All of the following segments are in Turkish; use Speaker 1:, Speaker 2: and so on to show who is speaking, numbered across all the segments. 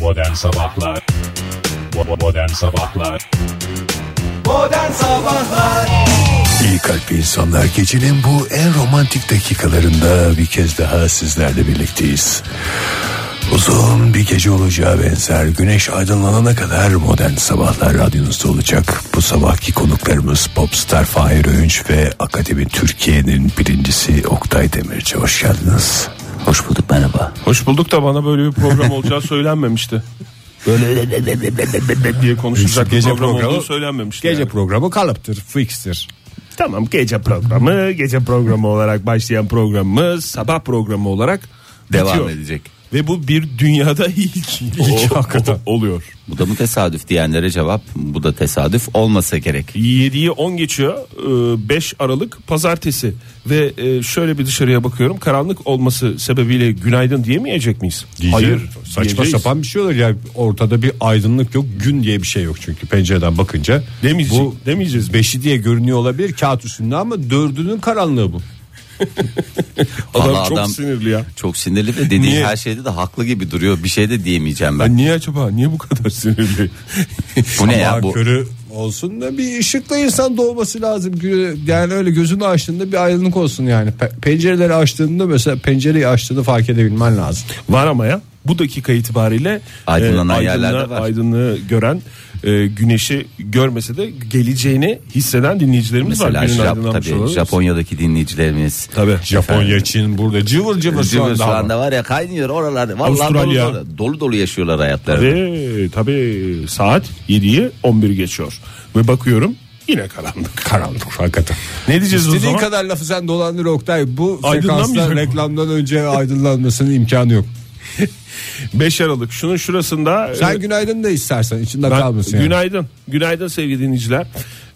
Speaker 1: Modern Sabahlar Bo- Modern Sabahlar
Speaker 2: Modern Sabahlar
Speaker 3: İyi kalpli insanlar gecenin bu en romantik dakikalarında bir kez daha sizlerle birlikteyiz. Uzun bir gece olacağı benzer güneş aydınlanana kadar modern sabahlar radyonuzda olacak. Bu sabahki konuklarımız popstar Fahir Öğünç ve Akademi Türkiye'nin birincisi Oktay Demirci. Hoş geldiniz.
Speaker 4: Hoş bulduk merhaba.
Speaker 5: Hoş bulduk da bana böyle bir program olacağı söylenmemişti. Böyle diye konuşulacak
Speaker 6: Gece
Speaker 5: gece program
Speaker 6: programı-
Speaker 5: olduğu söylenmemişti.
Speaker 6: Gece
Speaker 5: yani.
Speaker 6: E, programı kalıptır, fixtir.
Speaker 5: Tamam gece programı, gece programı olarak başlayan programımız sabah programı olarak
Speaker 4: Devam
Speaker 5: bitiyor.
Speaker 4: edecek.
Speaker 5: Ve bu bir dünyada ilk, ilk hakikaten oluyor.
Speaker 4: Bu da mı tesadüf diyenlere cevap bu da tesadüf olmasa gerek.
Speaker 5: 7'yi 10 geçiyor. Ee, 5 Aralık pazartesi ve e, şöyle bir dışarıya bakıyorum. Karanlık olması sebebiyle günaydın diyemeyecek miyiz?
Speaker 6: Hayır, saçma
Speaker 5: diyeceğiz.
Speaker 6: sapan bir şey olur ya. Ortada bir aydınlık yok, gün diye bir şey yok çünkü pencereden bakınca.
Speaker 5: Demeyecek-
Speaker 6: bu
Speaker 5: demeyeceğiz.
Speaker 6: Beşi diye görünüyor olabilir kağıt üstünde ama dördünün karanlığı bu.
Speaker 5: Adam
Speaker 4: Vallahi
Speaker 5: çok sinirli ya.
Speaker 4: Çok sinirli ve dediği
Speaker 5: Niye?
Speaker 4: her şeyde de haklı gibi duruyor. Bir şey de diyemeyeceğim ben.
Speaker 5: Ben niye acaba? Niye bu kadar sinirli?
Speaker 4: Bu ne ya
Speaker 6: Daha
Speaker 4: bu?
Speaker 6: körü olsun da bir ışıkla insan doğması lazım. Gü- Yani öyle gözünü açtığında bir aydınlık olsun yani. Pe- pencereleri açtığında mesela pencereyi açtığını fark edebilmen lazım.
Speaker 5: Var ama ya bu dakika itibariyle
Speaker 4: Aydınlanan
Speaker 5: aydınlığa-
Speaker 4: yerlerde var.
Speaker 5: aydınlığı gören e, güneşi görmese de geleceğini hisseden dinleyicilerimiz var.
Speaker 4: Mesela
Speaker 5: Günün
Speaker 4: Jap,
Speaker 5: aydınlanmış
Speaker 4: tabii,
Speaker 5: olanı.
Speaker 4: Japonya'daki dinleyicilerimiz.
Speaker 5: Tabii.
Speaker 6: Japonya, Çin burada cıvır cıvır,
Speaker 4: Cıvır
Speaker 6: şu
Speaker 4: şu
Speaker 6: anda.
Speaker 4: anda var ya kaynıyor oralar. Vallahi
Speaker 5: Avustralya.
Speaker 4: Dolu, dolu, dolu dolu yaşıyorlar hayatlarını.
Speaker 5: Ve tabii saat 7'yi 11 geçiyor. Ve bakıyorum yine karanlık.
Speaker 6: Karanlık hakikaten.
Speaker 5: Ne diyeceğiz o
Speaker 6: İstediğin
Speaker 5: zaman?
Speaker 6: kadar lafı sen dolandır Oktay. Bu
Speaker 5: Aydınlanmayacak
Speaker 6: frekanslar
Speaker 5: mı?
Speaker 6: reklamdan önce aydınlanmasının imkanı yok.
Speaker 5: 5 Aralık şunun şurasında
Speaker 6: Sen
Speaker 5: e,
Speaker 6: günaydın da istersen içinde
Speaker 5: ben-
Speaker 6: kalmasın. yani.
Speaker 5: günaydın. Günaydın sevgili dinleyiciler.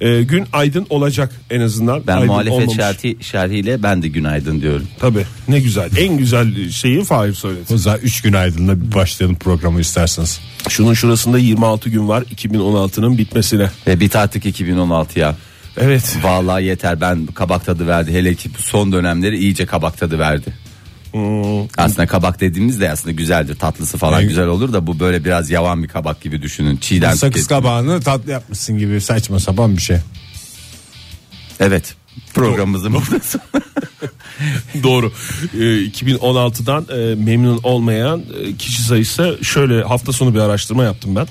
Speaker 5: E, gün aydın olacak en azından.
Speaker 4: Ben
Speaker 5: Aydın
Speaker 4: muhalefet
Speaker 5: olmamış.
Speaker 4: şerhi, şerhiyle ben de günaydın diyorum.
Speaker 5: Tabii. Ne güzel. En güzel şeyi Fahir söyledi.
Speaker 6: O zaman 3 günaydınla bir başlayalım programı isterseniz.
Speaker 5: Şunun şurasında 26 gün var 2016'nın bitmesine.
Speaker 4: Ve bit artık 2016 ya.
Speaker 5: Evet.
Speaker 4: Vallahi yeter ben kabak tadı verdi. Hele ki bu son dönemleri iyice kabak tadı verdi.
Speaker 5: Hmm.
Speaker 4: Aslında kabak dediğimiz de aslında güzeldir. Tatlısı falan
Speaker 6: Yani-
Speaker 4: güzel olur da bu böyle biraz yavan bir kabak gibi düşünün. Çiğden
Speaker 6: Sakız
Speaker 4: tüket-
Speaker 6: kabağını tatlı yapmışsın gibi saçma sapan bir şey.
Speaker 4: Evet. Programımızın burası.
Speaker 5: Doğru. Ee, 2016'dan e, memnun olmayan e, kişi sayısı şöyle hafta sonu bir araştırma yaptım ben.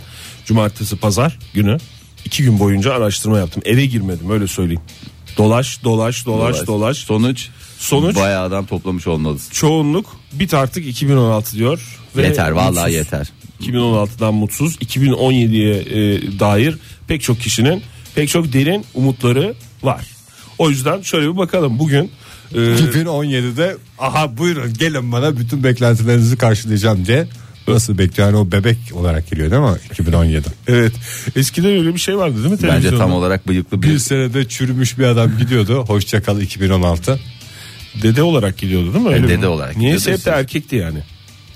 Speaker 5: Cumartesi pazar günü iki gün boyunca araştırma yaptım. Eve girmedim öyle söyleyeyim. Dolaş dolaş dolaş dolaş.
Speaker 4: Sonuç.
Speaker 5: Sonuç?
Speaker 4: Bayağı adam toplamış olmalısın.
Speaker 5: Çoğunluk bit artık 2016 diyor.
Speaker 4: yeter vallahi
Speaker 5: mutsuz.
Speaker 4: yeter.
Speaker 5: 2016'dan mutsuz 2017'ye e, dair pek çok kişinin pek çok derin umutları var. O yüzden şöyle bir bakalım bugün e,
Speaker 6: 2017'de aha buyurun gelin bana bütün beklentilerinizi karşılayacağım diye nasıl bekliyor? Yani o bebek olarak geliyor değil mi 2017?
Speaker 5: evet eskiden öyle bir şey vardı değil mi
Speaker 4: Bence
Speaker 5: televizyonda?
Speaker 4: tam olarak bıyıklı bir
Speaker 6: Bir senede çürümüş bir adam gidiyordu. Hoşça kal 2016.
Speaker 5: dede olarak gidiyordu değil mi?
Speaker 4: E,
Speaker 5: Öyle
Speaker 4: dede
Speaker 5: mi?
Speaker 4: olarak
Speaker 5: Niyeyse
Speaker 4: gidiyordu
Speaker 5: hep de
Speaker 4: işte.
Speaker 5: erkekti yani.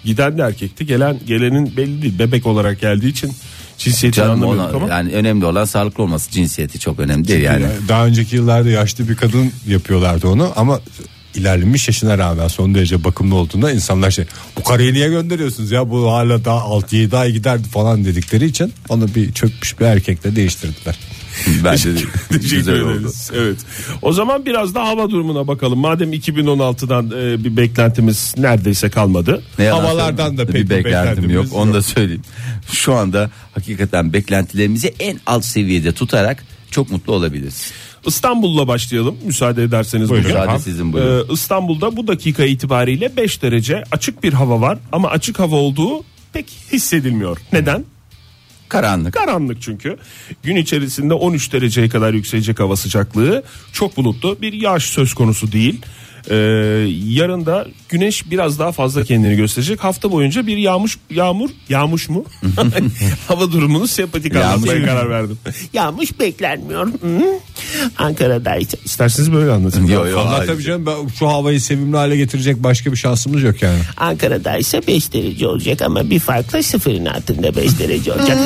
Speaker 5: Giden de erkekti. Gelen gelenin belli değil. Bebek olarak geldiği için cinsiyetini
Speaker 4: canım ona-
Speaker 5: anlamıyorduk ama.
Speaker 4: yani önemli olan sağlıklı olması cinsiyeti çok önemli değil yani.
Speaker 6: Daha önceki yıllarda yaşlı bir kadın yapıyorlardı onu ama ilerlemiş yaşına rağmen son derece bakımlı olduğunda insanlar şey bu karıyı niye gönderiyorsunuz ya bu hala daha 6-7 ay giderdi falan dedikleri için onu bir çökmüş bir erkekle değiştirdiler.
Speaker 4: Bence de
Speaker 5: Teşekkür
Speaker 4: güzel oldu.
Speaker 5: ederiz. Evet. O zaman biraz da hava durumuna bakalım. Madem 2016'dan e, bir beklentimiz neredeyse kalmadı.
Speaker 4: Ne yalan
Speaker 6: Havalardan
Speaker 4: söyleyeyim,
Speaker 6: da pek
Speaker 4: bir
Speaker 6: bir
Speaker 4: beklentim
Speaker 6: beklentimiz
Speaker 4: yok.
Speaker 6: yok.
Speaker 4: Onu da söyleyeyim. Şu anda hakikaten beklentilerimizi en alt seviyede tutarak çok mutlu olabiliriz.
Speaker 5: İstanbul'la başlayalım müsaade ederseniz
Speaker 6: Buyurun.
Speaker 5: bugün.
Speaker 4: Müsaade
Speaker 5: Tamam.
Speaker 4: sizin, buyurun.
Speaker 5: Ee, İstanbul'da bu dakika itibariyle 5 derece açık bir hava var ama açık hava olduğu pek hissedilmiyor. Neden?
Speaker 4: Karanlık.
Speaker 5: Karanlık çünkü. Gün içerisinde 13 dereceye kadar yükselecek hava sıcaklığı. Çok bulutlu bir yağış söz konusu değil. Ee, yarın da güneş biraz daha fazla kendini gösterecek. Hafta boyunca bir yağmur yağmur yağmış mu? hava durumunu sempatik
Speaker 4: Yağmış.
Speaker 5: anlatmaya karar verdim. yağmış beklenmiyor. Hı? Ankara'da ise- İsterseniz böyle anlatayım.
Speaker 4: Yok yok.
Speaker 6: Allah tabii canım ben şu havayı sevimli hale getirecek başka bir şansımız yok yani.
Speaker 7: Ankara'da ise 5 derece olacak ama bir farkla sıfırın altında 5 derece olacak.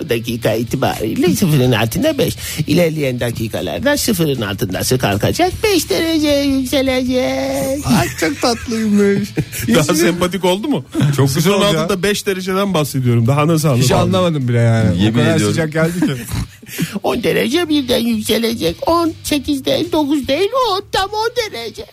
Speaker 7: Bu dakika itibariyle sıfırın altında 5. İlerleyen dakikalarda sıfırın altındası kalkacak 5 derece yükselecek.
Speaker 6: Ay çok tatlıymış.
Speaker 5: Daha sempatik oldu mu?
Speaker 6: Çok güzel
Speaker 5: Sıfırın
Speaker 6: oldu ya.
Speaker 5: altında 5 dereceden bahsediyorum. Daha nasıl anladın?
Speaker 6: Hiç anlamadım bile yani.
Speaker 4: Yemin
Speaker 6: o kadar
Speaker 4: ediyorum.
Speaker 6: sıcak geldi ki.
Speaker 7: 10 derece birden yükselecek. 10, 8 değil 9 değil 10 tam 10 derece.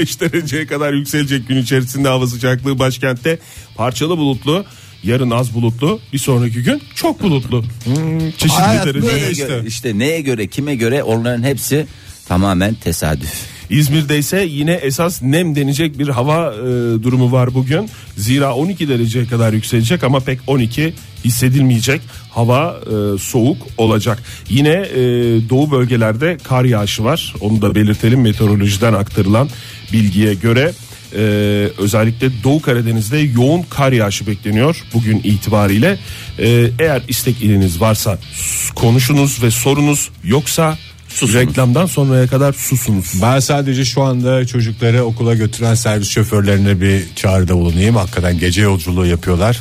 Speaker 5: 5 dereceye kadar yükselecek gün içerisinde hava sıcaklığı başkentte parçalı bulutlu. Yarın az bulutlu, bir sonraki gün çok bulutlu.
Speaker 6: Hmm,
Speaker 5: Çeşitli
Speaker 6: hayat
Speaker 5: derece.
Speaker 6: böyle
Speaker 4: Neye
Speaker 6: işte.
Speaker 4: göre, işte neye göre kime göre onların hepsi tamamen tesadüf.
Speaker 5: İzmir'de ise yine esas nem denecek bir hava e, durumu var bugün. Zira 12 dereceye kadar yükselecek ama pek 12 hissedilmeyecek. Hava e, soğuk olacak. Yine e, doğu bölgelerde kar yağışı var. Onu da belirtelim meteorolojiden aktarılan bilgiye göre. e, özellikle Doğu Karadeniz'de yoğun kar yağışı bekleniyor bugün itibariyle. E, eğer istek iliniz varsa s- konuşunuz ve sorunuz yoksa reklamdan sonraya kadar susunuz.
Speaker 6: Ben sadece şu anda çocukları okula götüren servis şoförlerine bir çağrıda bulunayım. Hakikaten gece yolculuğu yapıyorlar.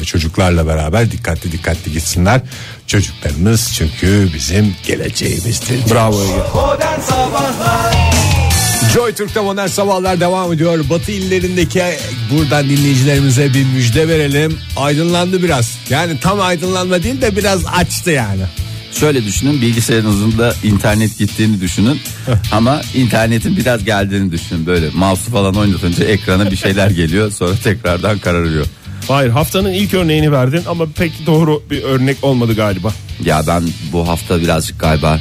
Speaker 6: Ee, çocuklarla beraber dikkatli dikkatli gitsinler. Çocuklarımız çünkü bizim geleceğimizdir. Bravo Ege.
Speaker 2: Modern Sabahlar
Speaker 6: Joy Türk'te modern sabahlar devam ediyor. Batı illerindeki buradan dinleyicilerimize bir müjde verelim. Aydınlandı biraz. Yani tam aydınlanma değil de biraz açtı yani.
Speaker 4: Şöyle düşünün bilgisayarınızın da internet gittiğini düşünün ama internetin biraz geldiğini düşünün böyle mouse'u falan oynatınca ekrana bir şeyler geliyor sonra tekrardan kararıyor.
Speaker 5: Hayır haftanın ilk örneğini verdin ama pek doğru bir örnek olmadı galiba.
Speaker 4: Ya ben bu hafta birazcık galiba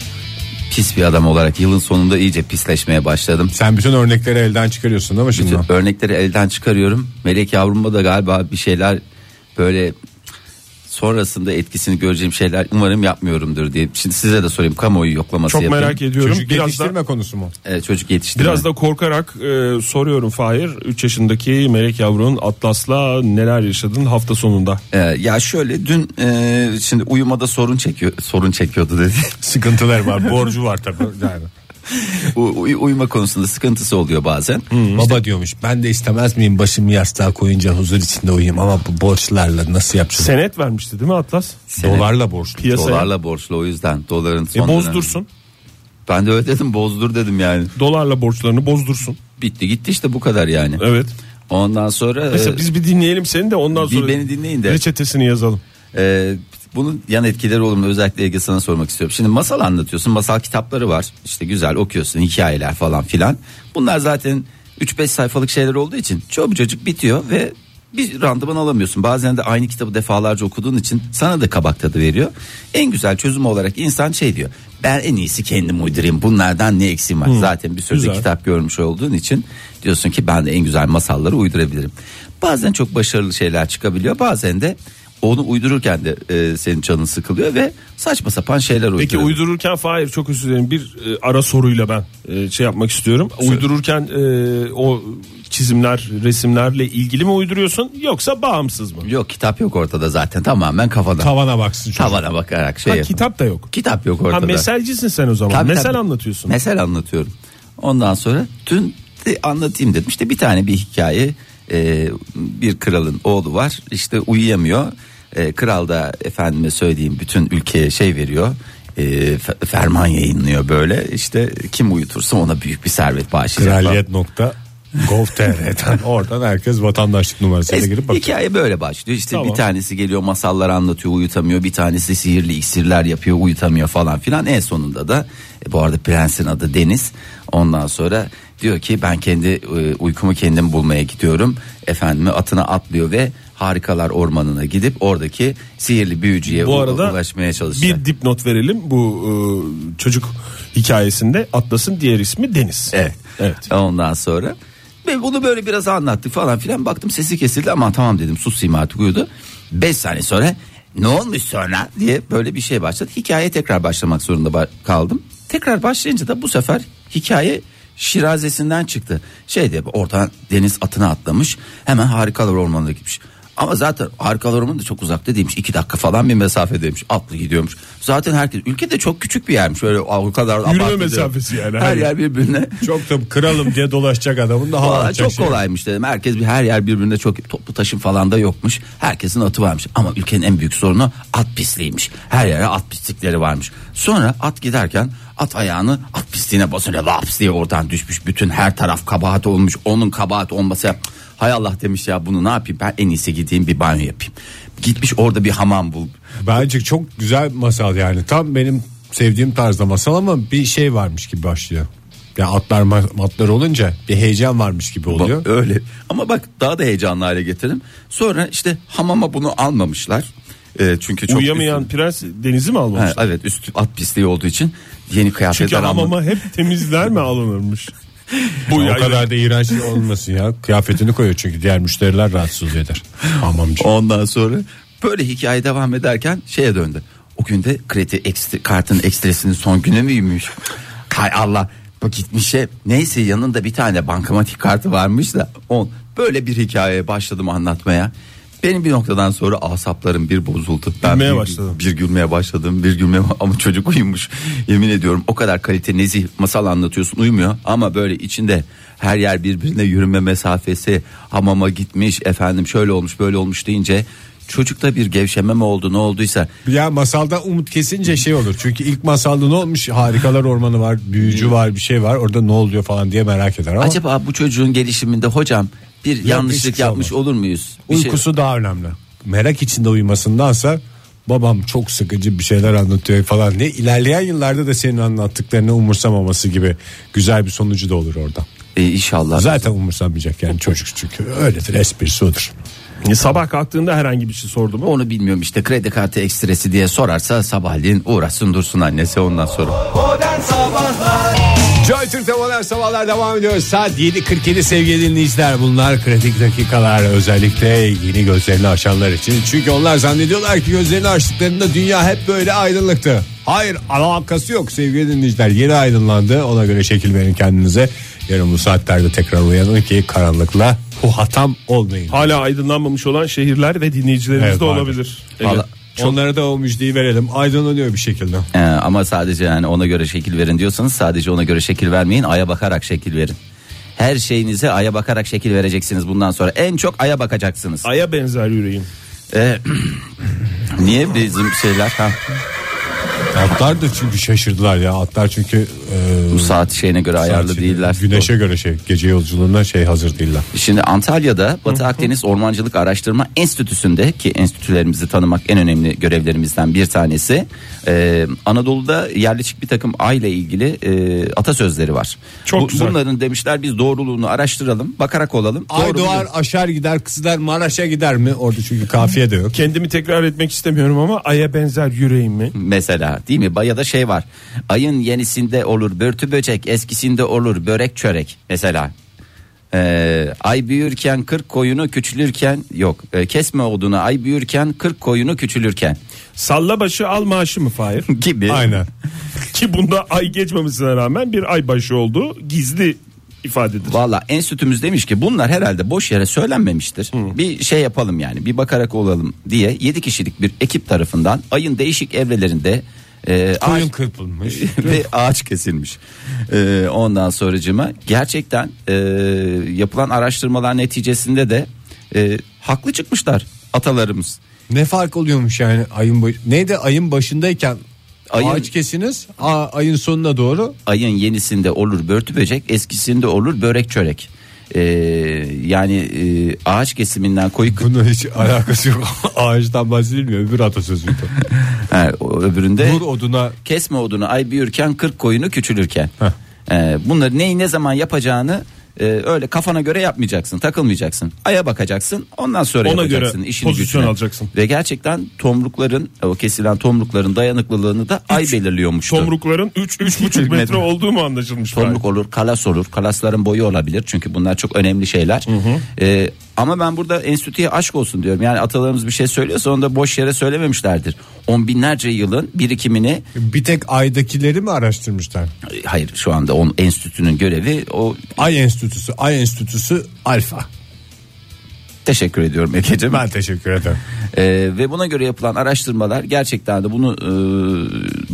Speaker 4: pis bir adam olarak yılın sonunda iyice pisleşmeye başladım.
Speaker 6: Sen bütün örnekleri elden çıkarıyorsun değil mi şimdi?
Speaker 4: Bütün örnekleri elden çıkarıyorum. Melek yavrumda da galiba bir şeyler böyle sonrasında etkisini göreceğim şeyler umarım yapmıyorum diye. Şimdi size de sorayım kamuoyu yoklaması
Speaker 5: Çok
Speaker 4: yapayım.
Speaker 5: merak ediyorum.
Speaker 6: Çocuk
Speaker 5: biraz da
Speaker 6: yetiştirme konusu mu?
Speaker 4: Ee, çocuk yetiştirme.
Speaker 5: biraz da korkarak e, soruyorum Fahir 3 yaşındaki Melek yavrun Atlas'la neler yaşadın hafta sonunda?
Speaker 4: Ee, ya şöyle dün e, şimdi uyumada sorun çekiyor sorun çekiyordu dedi.
Speaker 6: Sıkıntılar var, borcu var tabii. Yani.
Speaker 4: U- uy- uyuma konusunda sıkıntısı oluyor bazen.
Speaker 6: Baba diyormuş ben de istemez miyim başımı yastığa koyunca huzur içinde uyuyayım ama bu borçlarla nasıl yapacağım?
Speaker 5: Senet vermişti değil mi Atlas?
Speaker 4: Senet.
Speaker 6: Dolarla borçlu.
Speaker 5: Piyasaya.
Speaker 4: Dolarla borçlu o yüzden doların
Speaker 5: E,
Speaker 4: son dönemi.
Speaker 5: bozdursun.
Speaker 4: Ben de öyle dedim bozdur dedim yani.
Speaker 5: Dolarla borçlarını bozdursun.
Speaker 4: Bitti gitti işte bu kadar yani.
Speaker 5: Evet.
Speaker 4: Ondan sonra
Speaker 5: Mesela
Speaker 4: e,
Speaker 5: biz bir dinleyelim seni de ondan
Speaker 4: bir
Speaker 5: sonra
Speaker 4: beni dinleyin de.
Speaker 5: reçetesini yazalım.
Speaker 4: Ee, bunun yan etkileri olur mu? Özellikle Ege sana sormak istiyorum. Şimdi masal anlatıyorsun. Masal kitapları var. İşte güzel okuyorsun. Hikayeler falan filan. Bunlar zaten 3-5 sayfalık şeyler olduğu için çabucacık bitiyor ve bir randıman alamıyorsun. Bazen de aynı kitabı defalarca okuduğun için sana da kabak tadı veriyor. En güzel çözüm olarak insan şey diyor. Ben en iyisi kendim uydurayım. Bunlardan ne eksiğim var? Zaten bir sürü de
Speaker 5: güzel.
Speaker 4: kitap görmüş olduğun için diyorsun ki ben de en güzel masalları uydurabilirim. Bazen çok başarılı şeyler çıkabiliyor. Bazen de onu uydururken de e, senin canın sıkılıyor ve saçma sapan şeyler uyduruyor.
Speaker 5: Peki uydururken Fahir çok özür dilerim bir e, ara soruyla ben e, şey yapmak istiyorum. Uydururken e, o çizimler, resimlerle ilgili mi uyduruyorsun yoksa bağımsız mı?
Speaker 4: Yok kitap yok ortada zaten tamamen kafadan.
Speaker 6: Tavana baksın çocuk.
Speaker 4: Tavana bakarak şey
Speaker 5: Ha,
Speaker 4: yapın.
Speaker 5: kitap da yok.
Speaker 4: Kitap yok ortada.
Speaker 5: Ha meselcisin sen o zaman.
Speaker 4: Tabii,
Speaker 5: Mesel
Speaker 4: tabii.
Speaker 5: anlatıyorsun.
Speaker 4: Mesel anlatıyorum. Ondan sonra dün de anlatayım dedim. İşte bir tane bir hikaye e, bir kralın oğlu var. İşte uyuyamıyor. E, kral da efendime söyleyeyim bütün ülkeye şey veriyor. E, fe- ferman yayınlıyor böyle. İşte kim uyutursa ona büyük bir servet bağışlayacak.
Speaker 6: Kraliyet nokta gov.tr'den oradan herkes vatandaşlık numarasıyla
Speaker 4: Es-
Speaker 6: girip bakıyor.
Speaker 4: Hikaye böyle başlıyor. İşte
Speaker 5: Tamam.
Speaker 4: bir tanesi geliyor masallar anlatıyor uyutamıyor. Bir tanesi sihirli iksirler yapıyor uyutamıyor falan filan. En sonunda da e, bu arada prensin adı Deniz. Ondan sonra diyor ki ben kendi e, uykumu kendim bulmaya gidiyorum. Efendime atına atlıyor ve harikalar ormanına gidip oradaki sihirli büyücüye
Speaker 5: Bu
Speaker 4: u-
Speaker 5: arada
Speaker 4: ulaşmaya çalışıyor.
Speaker 5: Bir dipnot verelim bu e, çocuk hikayesinde Atlas'ın diğer ismi Deniz.
Speaker 4: Evet.
Speaker 5: Evet.
Speaker 4: Ondan sonra ve bunu böyle biraz anlattık falan filan. Baktım sesi kesildi ama tamam dedim susayım artık uyudu. 5 saniye sonra ne olmuş sonra diye böyle bir şey başladı. Hikaye tekrar başlamak zorunda ba- kaldım. Tekrar başlayınca da bu sefer hikaye şirazesinden çıktı. Şey diye oradan deniz atına atlamış. Hemen harikalar ormanına gitmiş. Ama zaten arkalarımın da çok uzakta değilmiş. 2 dakika falan bir mesafedeymiş. Atlı gidiyormuş. Zaten herkes ülkede çok küçük bir yermiş. Öyle o kadar abartı değil.
Speaker 5: mesafesi yani.
Speaker 4: Her yer birbirine.
Speaker 6: Çok da kralım diye dolaşacak adamın da hava
Speaker 4: Vallahi
Speaker 6: atacak
Speaker 4: çok
Speaker 6: şey.
Speaker 4: kolaymış dedim. Herkes bir her yer birbirine çok toplu taşım falan da yokmuş. Herkesin atı varmış. Ama ülkenin en büyük sorunu at pisliğiymiş. Her yere at pislikleri varmış. Sonra at giderken at ayağını at pisliğine basınca laps diye oradan düşmüş. Bütün her taraf kabahat olmuş. Onun kabahat olması ya, hay Allah demiş ya bunu ne yapayım ben en iyisi gideyim bir banyo yapayım. Gitmiş orada bir hamam bul.
Speaker 6: Bence çok güzel masal yani. Tam benim sevdiğim tarzda masal ama bir şey varmış gibi başlıyor. Ya atlar ma- matlar olunca bir heyecan varmış gibi oluyor.
Speaker 4: Bak, öyle. Ama bak daha da heyecanlı hale getirdim. Sonra işte hamama bunu almamışlar. Ee, çünkü çok
Speaker 5: Uyuyamayan prens denizi mi
Speaker 4: Ha,
Speaker 5: almamışlar?
Speaker 4: evet üst at pisliği olduğu için yeni
Speaker 5: Çünkü
Speaker 4: kıyafetler almadım.
Speaker 5: hamama hep temizler mi alınırmış? Bu
Speaker 6: o
Speaker 5: yayla-
Speaker 6: kadar da iğrenç olmasın ya. Kıyafetini koyuyor çünkü diğer müşteriler rahatsız eder. Hamamcı.
Speaker 4: Ondan sonra böyle hikaye devam ederken şeye döndü. O gün de kredi ekstri, kartın ekstresinin son günü müymüş? Hay Allah bak gitmişe neyse yanında bir tane bankamatik kartı varmış da on böyle bir hikayeye başladım anlatmaya. Benim bir noktadan sonra asaplarım bir bozuldu. Ben
Speaker 5: Gülmeye
Speaker 4: bir-
Speaker 5: başladım.
Speaker 4: Bir gülmeye başladım. Bir gülmeye ama çocuk uyumuş. Yemin ediyorum o kadar kalite nezih masal anlatıyorsun uyumuyor ama böyle içinde her yer birbirine yürüme mesafesi, hamama gitmiş efendim şöyle olmuş böyle olmuş deyince çocukta bir gevşeme mi oldu ne olduysa
Speaker 6: Ya masalda umut kesince şey olur. Çünkü ilk masalda ne olmuş? Harikalar ormanı var, büyücü var, bir şey var. Orada ne oluyor falan diye merak eder ama
Speaker 4: acaba bu çocuğun gelişiminde hocam bir yanlışlık
Speaker 6: hiçbir şey
Speaker 4: yapmış olur muyuz? Bir şey-
Speaker 6: uykusu daha önemli. Merak içinde uyumasındansa babam çok sıkıcı bir şeyler anlatıyor falan diye ilerleyen yıllarda da senin anlattıklarını umursamaması gibi güzel bir sonucu da olur orada.
Speaker 4: E, inşallah.
Speaker 6: Zaten umursamayacak yani çocuk çünkü öyledir esprisi odur.
Speaker 5: Sabah kalktığında herhangi bir şey sordu mu?
Speaker 4: Onu bilmiyorum işte kredi kartı ekstresi diye sorarsa sabahleyin uğraşsın dursun annesi ondan sonra.
Speaker 2: Modern Sabahlar
Speaker 6: Joy Türk'te modern sabahlar devam ediyor. Saat 7.47 sevgili dinleyiciler. Bunlar kritik dakikalar özellikle yeni gözlerini açanlar için. Çünkü onlar zannediyorlar ki gözlerini açtıklarında dünya hep böyle aydınlıktı. Hayır alakası yok sevgili dinleyiciler. Yeni aydınlandı ona göre şekil verin kendinize. Yarın bu saatlerde tekrar uyanın ki karanlıkla hatam olmayın.
Speaker 5: Hala aydınlanmamış olan şehirler ve dinleyicilerimiz
Speaker 6: Evet,
Speaker 5: de
Speaker 6: vardır.
Speaker 5: olabilir.
Speaker 4: Vallahi-
Speaker 6: Onlara da o müjdeyi verelim. Aydınlanıyor bir şekilde.
Speaker 4: Ee, ama sadece yani ona göre şekil verin diyorsanız sadece ona göre şekil vermeyin aya bakarak şekil verin. Her şeyinize aya bakarak şekil vereceksiniz bundan sonra en çok aya bakacaksınız.
Speaker 5: E, Aya benzer yüreğim.
Speaker 4: Ee, niye bizim şeyler ha,
Speaker 6: Atlar da çünkü şaşırdılar ya. Atlar çünkü e,
Speaker 4: bu saat şeyine göre ayarlı
Speaker 6: Saat-
Speaker 4: değiller.
Speaker 6: Güneşe göre şey gece yolculuğuna şey hazır değiller.
Speaker 4: Şimdi Antalya'da Batı Akdeniz Ormancılık Araştırma Enstitüsü'nde ki enstitülerimizi tanımak en önemli görevlerimizden bir tanesi. e, Anadolu'da yerleşik bir takım ay ile ilgili e, atasözleri var.
Speaker 5: Çok güzel.
Speaker 4: Bunların demişler biz doğruluğunu araştıralım, bakarak olalım.
Speaker 6: Ay
Speaker 4: Doğru
Speaker 6: doğar
Speaker 4: mudur?
Speaker 6: aşar gider kızlar Maraş'a gider mi? Orada çünkü kafiye de yok.
Speaker 5: Kendimi tekrar etmek istemiyorum ama aya benzer yüreğim mi?
Speaker 4: mesela değil mi? Ba- Ya da şey var. Ayın yenisinde olur börtü böcek, eskisinde olur börek çörek mesela. Ee, ay büyürken 40 koyunu küçülürken yok. Ee, kesme odunu ay büyürken 40 koyunu küçülürken
Speaker 5: Salla başı al maaşı mı Fahir?
Speaker 4: gibi.
Speaker 6: Aynen.
Speaker 5: Ki bunda ay geçmemesine rağmen bir ay başı olduğu gizli ifadedir.
Speaker 4: Valla enstitümüz demiş ki bunlar herhalde boş yere söylenmemiştir. Bir şey yapalım yani bir bakarak olalım diye 7 kişilik bir ekip tarafından ayın değişik evrelerinde e, ağaç-
Speaker 6: Koyun kırpılmış.
Speaker 4: ve ağaç kesilmiş. Ee, ondan sonracıma gerçekten e, yapılan araştırmalar neticesinde de e, haklı çıkmışlar atalarımız.
Speaker 6: ne fark oluyormuş yani ayın baş... neydi ayın başındayken
Speaker 4: Ayın-
Speaker 6: ağaç kesiniz a- ayın sonuna doğru
Speaker 4: Ayın yenisinde olur börtü böcek, eskisinde olur börek çörek. Ee, yani e, ağaç kesiminden koyu
Speaker 6: bunun hiç alakası yok ağaçtan bahsedilmiyor öbür atasözüydü.
Speaker 4: Ha, o- öbüründe
Speaker 6: Vur oduna
Speaker 4: kesme odunu ay büyürken 40 koyunu küçülürken. Ee, bunları neyi ne zaman yapacağını e, öyle kafana göre yapmayacaksın, takılmayacaksın. Aya bakacaksın, ondan sonra
Speaker 5: Ona
Speaker 4: yapacaksın
Speaker 5: göre
Speaker 4: işini
Speaker 5: pozisyon
Speaker 4: gücünü.
Speaker 5: alacaksın.
Speaker 4: Ve gerçekten tomrukların o kesilen tomrukların dayanıklılığını da ay belirliyormuştu.
Speaker 5: Tomrukların 3-3,5 metre
Speaker 4: Metre.
Speaker 5: olduğu mu anlaşılmış? Fahir?
Speaker 4: Tomruk olur, kalas olur. Kalasların boyu olabilir. Çünkü bunlar çok önemli şeyler. Ee, ama ben burada enstitüye aşk olsun diyorum. Yani atalarımız bir şey söylüyorsa onu da boş yere söylememişlerdir. On binlerce yılın birikimini
Speaker 6: bir tek aydakileri mi araştırmışlar?
Speaker 4: hayır şu anda on enstitünün görevi o
Speaker 6: Ay enstitüsü ay enstitüsü alfa.
Speaker 4: Teşekkür ediyorum Ege'cim.
Speaker 6: Ben teşekkür ederim.
Speaker 4: Ee, ve buna göre yapılan araştırmalar gerçekten de bunu e,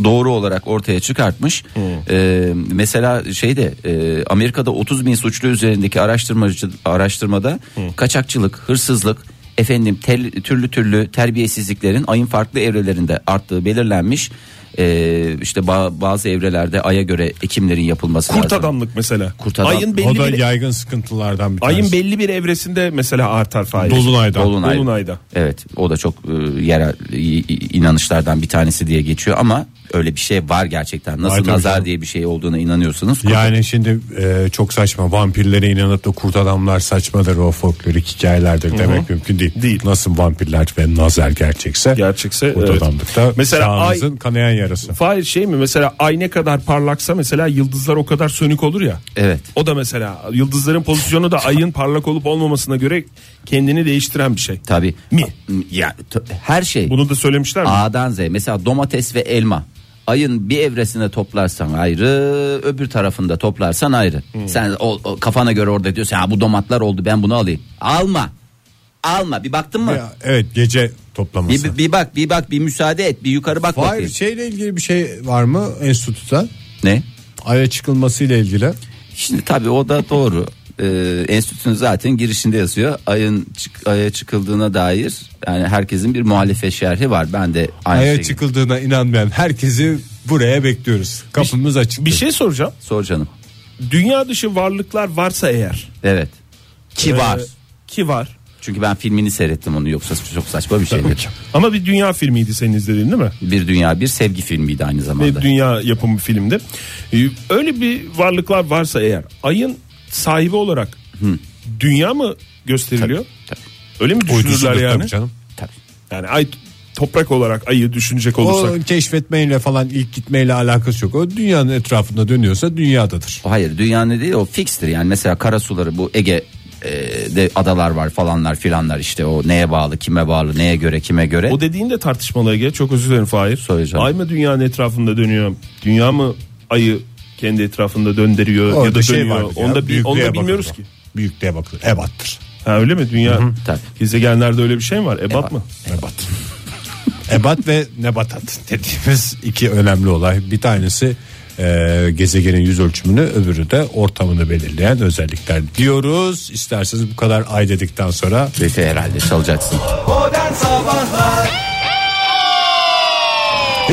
Speaker 4: doğru olarak ortaya çıkartmış. Ee, mesela şeyde e, Amerika'da 30 bin suçlu üzerindeki araştırmacı araştırmada kaçakçılık, hırsızlık, efendim tel- türlü türlü terbiyesizliklerin ayın farklı evrelerinde arttığı belirlenmiş. Ee, işte ba- bazı evrelerde aya göre ekimlerin yapılması
Speaker 5: Kurt
Speaker 4: lazım.
Speaker 5: adamlık mesela.
Speaker 4: Kurt adam-
Speaker 5: Ayın belli
Speaker 6: O da
Speaker 5: bir
Speaker 6: yaygın sıkıntılardan bir tanesi.
Speaker 5: ayın belli bir evresinde mesela artar faiz.
Speaker 6: Dolunay'dan.
Speaker 4: Dolunay.
Speaker 5: Dolunay'da.
Speaker 4: Evet o da çok e, yerel i- i- inanışlardan bir tanesi diye geçiyor ama öyle bir şey var gerçekten. Nasıl
Speaker 6: Ay, tabii
Speaker 4: nazar
Speaker 6: canım.
Speaker 4: diye bir şey olduğuna inanıyorsunuz.
Speaker 6: Yani şimdi e, çok saçma vampirlere inanıp da kurt adamlar saçmadır o folklorik hikayelerdir demek mümkün değil.
Speaker 5: Değil.
Speaker 6: Nasıl vampirler ve nazar gerçekse
Speaker 5: Gerçekse,
Speaker 6: kurt
Speaker 5: evet.
Speaker 6: adamlık da
Speaker 5: Mesela
Speaker 6: çağımızın kanayan yarası.
Speaker 5: Faiz şey mi mesela ay ne kadar parlaksa mesela yıldızlar o kadar sönük olur ya.
Speaker 4: Evet.
Speaker 5: O da mesela yıldızların pozisyonu da ayın parlak olup olmamasına göre kendini değiştiren bir şey.
Speaker 4: Tabii.
Speaker 5: Mi?
Speaker 4: Ya, t- her şey
Speaker 5: Bunu da söylemişler mi?
Speaker 4: A'dan Z. Mesela domates ve elma. Ayın bir evresine toplarsan ayrı, öbür tarafında toplarsan ayrı. Sen o, o kafana göre orada diyorsun ha bu domatlar oldu ben bunu alayım. Alma. Alma. Bir baktın mı?
Speaker 6: Ya, evet gece toplaması.
Speaker 4: Bir, bir bak, bir bak, bir müsaade et, bir yukarı bak
Speaker 6: Fahir
Speaker 4: bakayım.
Speaker 6: şeyle ilgili bir şey var mı enstitüden?
Speaker 4: Ne?
Speaker 6: Ay'a çıkılmasıyla ilgili.
Speaker 4: Şimdi tabii o da doğru. Ee, enstitünün zaten girişinde yazıyor. Ayın çık- aya çıkıldığına dair yani herkesin bir muhalefet şerhi var. Ben de aynı
Speaker 6: Ay'a
Speaker 5: şey-
Speaker 4: şeyi
Speaker 6: çıkıldığına inanmayan herkesi buraya bekliyoruz. Kapımız açık.
Speaker 5: Bir şey soracağım.
Speaker 4: sor canım.
Speaker 5: Dünya dışı varlıklar varsa eğer.
Speaker 4: Evet. Ki var.
Speaker 5: Ee, ki var.
Speaker 4: Çünkü ben filmini seyrettim onu yoksa çok saçma bir şeydir.
Speaker 5: Ama bir dünya filmiydi senin izlediğin değil mi?
Speaker 4: Bir dünya bir sevgi filmiydi aynı
Speaker 5: Ve
Speaker 4: zamanda.
Speaker 5: dünya yapımı filmdi. Ee, Öyle bir varlıklar varsa eğer ayın sahibi olarak dünya mı gösteriliyor?
Speaker 4: Tabii.
Speaker 5: Öyle mi düşünürler
Speaker 6: Uydusudur
Speaker 5: yani?
Speaker 6: tabii canım.
Speaker 4: Tabii.
Speaker 5: Yani ay toprak olarak ayı düşünecek olursak.
Speaker 6: O keşfetmeyle falan ilk gitmeyle alakası yok. O dünyanın etrafında dönüyorsa dünyadadır.
Speaker 4: O hayır dünyanın değil o fikstir yani mesela karasuları bu Ege e, de adalar var falanlar filanlar işte o neye bağlı kime bağlı neye göre kime göre.
Speaker 5: O dediğin de tartışmalıya gel. Çok özür dilerim Fahir.
Speaker 4: Söyle canım.
Speaker 5: Ay mı dünyanın etrafında dönüyor? Dünya mı ayı kendi etrafında döndürüyor ya
Speaker 6: Orada
Speaker 5: da
Speaker 6: şey
Speaker 5: dönüyor?
Speaker 6: vardır ya,
Speaker 5: onu da, bi- onu
Speaker 6: büyüklüğe
Speaker 5: da bilmiyoruz
Speaker 6: bakılır
Speaker 5: ki.
Speaker 6: o. Büyüklüğe bakılır. Ebattır.
Speaker 5: Ha öyle mi? Dünya
Speaker 4: tabii. E,
Speaker 5: gezegenlerde öyle bir şey mi var? Ebat mı?
Speaker 6: Ebat. Ebat ve nebatat dediğimiz iki önemli olay. Bir tanesi e, gezegenin yüz ölçümünü öbürü de ortamını belirleyen özellikler diyoruz. İsterseniz bu kadar ay dedikten sonra
Speaker 4: Beyti herhalde çalacaksın.
Speaker 2: Modern Sabahlar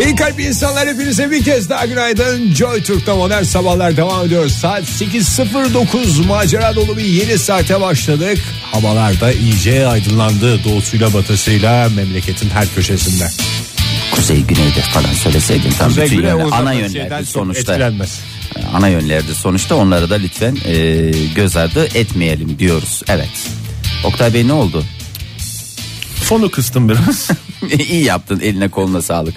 Speaker 6: İyi kalp insanlar hepinize bir kez daha günaydın. Joy Türk'te modern sabahlar devam ediyor. Saat 8.09 macera dolu bir yeni saate başladık. Havalar da iyice aydınlandı doğusuyla batısıyla memleketin her köşesinde.
Speaker 4: Kuzey güneyde falan söyleseydin tam
Speaker 6: Kuzey,
Speaker 4: bütün
Speaker 6: güney,
Speaker 4: yönler-
Speaker 6: o zaman
Speaker 4: ana
Speaker 6: şeyden
Speaker 4: yönlerdi
Speaker 6: çok
Speaker 4: sonuçta.
Speaker 6: etkilenmez.
Speaker 4: E, Ana yönlerdi sonuçta onları da lütfen e, göz ardı etmeyelim diyoruz. Evet. Oktay Bey ne oldu?
Speaker 5: Fonu kıstım biraz.
Speaker 4: İyi yaptın eline koluna sağlık.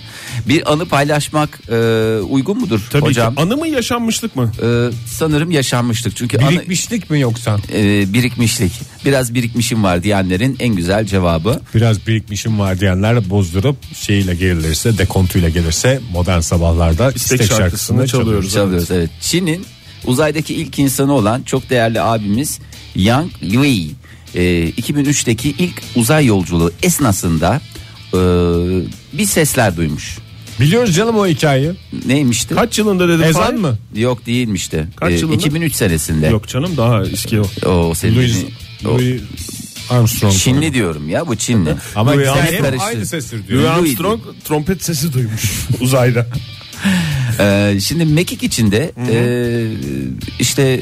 Speaker 4: Bir anı paylaşmak e, uygun mudur
Speaker 5: Tabii
Speaker 4: hocam?
Speaker 5: ki. Anı mı yaşanmışlık mı?
Speaker 4: E, sanırım yaşanmışlık çünkü anı,
Speaker 6: Birikmişlik mi yoksa?
Speaker 4: e, birikmişlik. Biraz birikmişim var diyenlerin en güzel cevabı.
Speaker 6: Biraz birikmişim var diyenler bozdurup şeyiyle gelirse dekontuyla gelirse modern sabahlarda istek, şarkısını, çalıyoruz.
Speaker 4: Çalıyoruz evet. Çin'in uzaydaki ilk insanı olan çok değerli abimiz Yang Wei e, 2003'teki ilk uzay yolculuğu esnasında e, bir sesler duymuş.
Speaker 6: Biliyoruz canım o hikayeyi.
Speaker 4: Neymişti?
Speaker 5: Kaç yılında dedim
Speaker 6: Ezan
Speaker 5: Fahir?
Speaker 6: mı?
Speaker 4: Yok değilmişti. E,
Speaker 5: Kaç yılında?
Speaker 4: 2003 senesinde.
Speaker 5: Yok canım daha eski o.
Speaker 4: O senin
Speaker 6: Louis,
Speaker 4: dediğin- o-
Speaker 6: Louis Armstrong.
Speaker 4: Çinli diyorum ya bu Çinli.
Speaker 6: Ama
Speaker 4: Louis
Speaker 6: ikisi de
Speaker 4: Armstrong
Speaker 6: hep
Speaker 4: karıştı.
Speaker 6: aynı sestir diyor.
Speaker 5: Louis
Speaker 4: Louis
Speaker 5: Armstrong trompet sesi duymuş uzayda.
Speaker 4: Ee, şimdi mekik içinde e, işte e,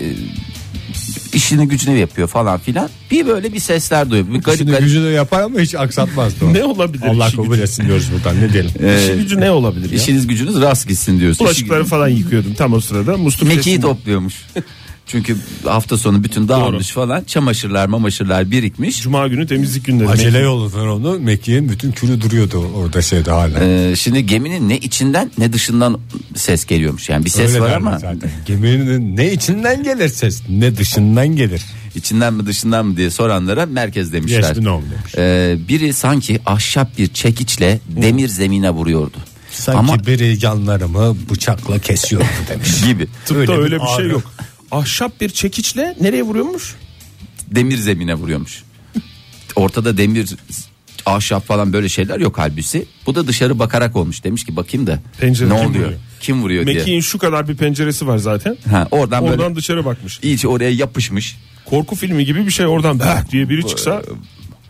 Speaker 4: işini gücünü yapıyor falan filan. Bir böyle bir sesler duyuyor. Bir garip
Speaker 6: İşini
Speaker 4: garip.
Speaker 6: gücünü yapar ama hiç aksatmaz da o.
Speaker 5: Ne olabilir
Speaker 6: Allah
Speaker 5: işi
Speaker 6: kabul etsin diyoruz buradan ne diyelim.
Speaker 5: İşin gücü
Speaker 4: e,
Speaker 5: ne olabilir ya?
Speaker 4: İşiniz gücünüz rast gitsin diyorsun.
Speaker 5: Bulaşıkları falan yıkıyordum tam o sırada. Musluk
Speaker 4: Mekiği
Speaker 5: sesini-
Speaker 4: topluyormuş. Çünkü hafta sonu bütün dağılmış falan çamaşırlar mamaşırlar birikmiş.
Speaker 5: Cuma günü temizlik günleri.
Speaker 6: Acele
Speaker 5: Mekiği.
Speaker 6: yolladılar onu. Mekke'nin bütün külü duruyordu orada şeyde hala.
Speaker 4: Ee, şimdi geminin ne içinden ne dışından ses geliyormuş. Yani bir ses
Speaker 6: Öyle
Speaker 4: var
Speaker 6: derler
Speaker 4: ama
Speaker 6: zaten. Geminin ne içinden gelir ses ne dışından gelir.
Speaker 4: içinden mi dışından mı diye soranlara merkez demişler.
Speaker 6: Yes, no demiş.
Speaker 4: Ee, biri sanki ahşap bir çekiçle demir zemine vuruyordu.
Speaker 6: Sanki
Speaker 4: Ama-
Speaker 6: biri yanlarımı bıçakla kesiyordu demiş.
Speaker 4: gibi.
Speaker 5: Tıpta öyle,
Speaker 6: Öyle bir
Speaker 5: bir şey
Speaker 6: ağrı.
Speaker 5: yok. Ahşap bir çekiçle nereye vuruyormuş?
Speaker 4: demir zemine vuruyormuş. ortada demir ahşap falan böyle şeyler yok halbuki. Bu da dışarı bakarak olmuş. Demiş ki bakayım da
Speaker 5: Pencere
Speaker 4: ne
Speaker 5: kim
Speaker 4: oluyor?
Speaker 5: vuruyor?
Speaker 4: Kim vuruyor diye.
Speaker 5: Mekiğin şu kadar bir penceresi var zaten.
Speaker 4: Ha, oradan,
Speaker 5: Oradan
Speaker 4: böyle
Speaker 5: dışarı bakmış.
Speaker 4: iyice oraya yapışmış.
Speaker 5: Korku filmi gibi bir şey oradan "Bah!" diye biri çıksa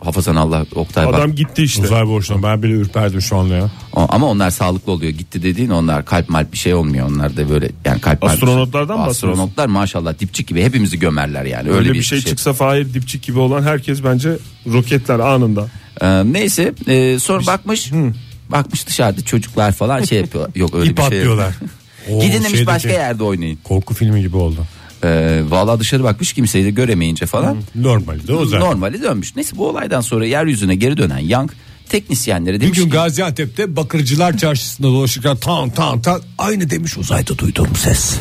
Speaker 4: Hafazan Allah Oktay Ee, bak.
Speaker 5: adam gitti işte.
Speaker 6: Uzay boşluğuna ben bile ürperdim şu anda ya.
Speaker 4: O- Ama onlar sağlıklı oluyor. Gitti dediğin onlar kalp malp bir şey olmuyor. Onlar da böyle yani kalp malp- şey.
Speaker 5: Astronotlardan mı
Speaker 4: Astronotlar maşallah dipçik gibi hepimizi gömerler yani. Öyle,
Speaker 5: Öyle, bir şey, çıksa Fahir dipçik gibi olan herkes bence roketler anında.
Speaker 4: Ee, neyse e, sonra
Speaker 5: şey-
Speaker 4: bakmış bakmış dışarıda çocuklar falan şey yapıyor. Yok öyle
Speaker 6: İp
Speaker 4: bir şey. yok.
Speaker 6: atlıyorlar. Oo,
Speaker 4: Gidin demiş
Speaker 6: şeydeki
Speaker 4: başka yerde oynayın.
Speaker 6: Korku filmi gibi oldu.
Speaker 4: Ee, Valla dışarı bakmış kimseyi de göremeyince falan.
Speaker 6: Normali de o zaten.
Speaker 4: Normali dönmüş. Neyse bu olaydan sonra yeryüzüne geri dönen Young teknisyenlere
Speaker 6: Bir
Speaker 4: demiş
Speaker 6: gün
Speaker 4: ki,
Speaker 6: Gaziantep'te Bakırcılar Çarşısı'nda dolaşırken tam tam tam aynı demiş uzayda duyduğum ses.